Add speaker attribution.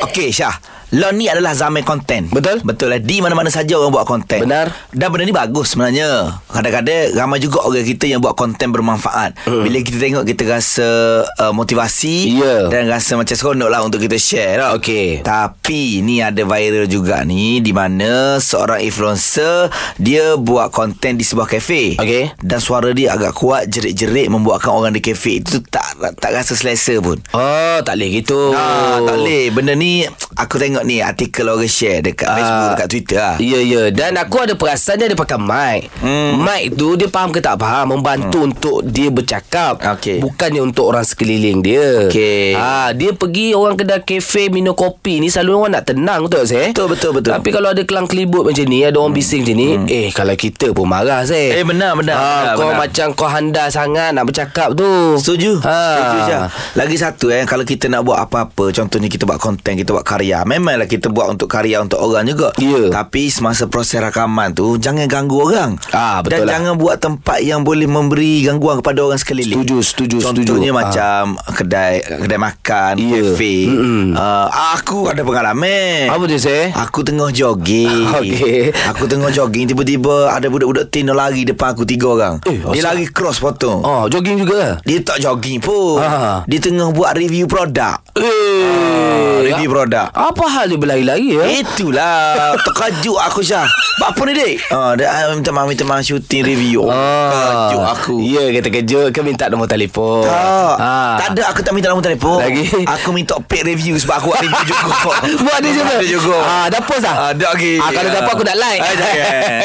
Speaker 1: Okey Syah Lo ni adalah zaman konten
Speaker 2: Betul.
Speaker 1: Betul lah Di mana-mana saja orang buat konten
Speaker 2: Benar.
Speaker 1: Dan benda ni bagus sebenarnya Kadang-kadang ramai juga orang kita yang buat konten bermanfaat Bila kita tengok kita rasa uh, motivasi
Speaker 2: Hmm. Ya.
Speaker 1: Dan rasa macam seronok lah untuk kita share lah
Speaker 2: Okey.
Speaker 1: Tapi ni ada viral juga ni Di mana seorang influencer Dia buat konten di sebuah kafe
Speaker 2: Okey.
Speaker 1: Dan suara dia agak kuat Jerit-jerit membuatkan orang di kafe itu tak tak rasa selesa pun
Speaker 2: Oh tak boleh gitu
Speaker 1: Ah,
Speaker 2: Oh.
Speaker 1: tak boleh Benda ni Aku tengok ni Artikel orang share Dekat
Speaker 2: Ah.
Speaker 1: Facebook Dekat Twitter lah
Speaker 2: Ya ya Dan aku ada perasan Dia ada pakai mic hmm. Mic tu Dia faham ke tak faham Membantu hmm. untuk Dia bercakap
Speaker 1: Okey.
Speaker 2: Bukannya untuk orang sekeliling dia
Speaker 1: Okey.
Speaker 2: ha, Dia pergi orang kedai kafe Minum kopi ni Selalu orang nak tenang Betul tak saya
Speaker 1: Betul, betul, betul. Hmm.
Speaker 2: Tapi kalau ada kelang kelibut macam ni Ada orang bising macam ni Eh kalau kita pun marah saya
Speaker 1: Eh, benar, benar,
Speaker 2: ha,
Speaker 1: benar,
Speaker 2: Kau
Speaker 1: benar.
Speaker 2: macam kau handal sangat Nak bercakap tu
Speaker 1: Setuju
Speaker 2: ha.
Speaker 1: Ah. Setuju je Lagi satu eh Kalau kita nak buat apa-apa Contohnya kita buat konten Kita buat karya Memanglah kita buat untuk karya Untuk orang juga
Speaker 2: Ya.
Speaker 1: Tapi semasa proses rakaman tu Jangan ganggu orang
Speaker 2: Ah,
Speaker 1: Dan
Speaker 2: betul lah.
Speaker 1: jangan buat tempat Yang boleh memberi gangguan Kepada orang sekeliling
Speaker 2: Setuju, setuju,
Speaker 1: Contohnya
Speaker 2: setuju.
Speaker 1: macam Kedai kedai makan
Speaker 2: Ya.
Speaker 1: Kafe uh, Aku ada pengalaman
Speaker 2: Apa dia saya
Speaker 1: Aku tengah jogging
Speaker 2: Okey.
Speaker 1: Aku tengah jogging Tiba-tiba ada budak-budak tin dia lari depan aku tiga orang
Speaker 2: Eh,
Speaker 1: Dia
Speaker 2: asal?
Speaker 1: lari cross potong
Speaker 2: Oh jogging juga lah
Speaker 1: Dia tak jogging pun
Speaker 2: Ah.
Speaker 1: Dia tengah buat review produk Ah,
Speaker 2: Eh,
Speaker 1: Review produk
Speaker 2: Apa hal dia berlari-lari ya?
Speaker 1: Eh, Itulah Terkejut aku Syah Buat Apa ni dek ah, Dia ah, minta maaf Minta maaf syuting review oh, Terkejut aku
Speaker 2: Ah. Ya kita kejut Ke minta nombor telefon
Speaker 1: Tak
Speaker 2: Ah.
Speaker 1: Ya. Tak ada aku tak minta nombor telefon
Speaker 2: Lagi?
Speaker 1: Aku minta paid review Sebab aku buat review juga
Speaker 2: Buat dia juga
Speaker 1: Buat dia juga
Speaker 2: ah, Dah post dah
Speaker 1: Ah, dah lagi
Speaker 2: ah, Kalau dah post aku nak like
Speaker 1: Ah, jangan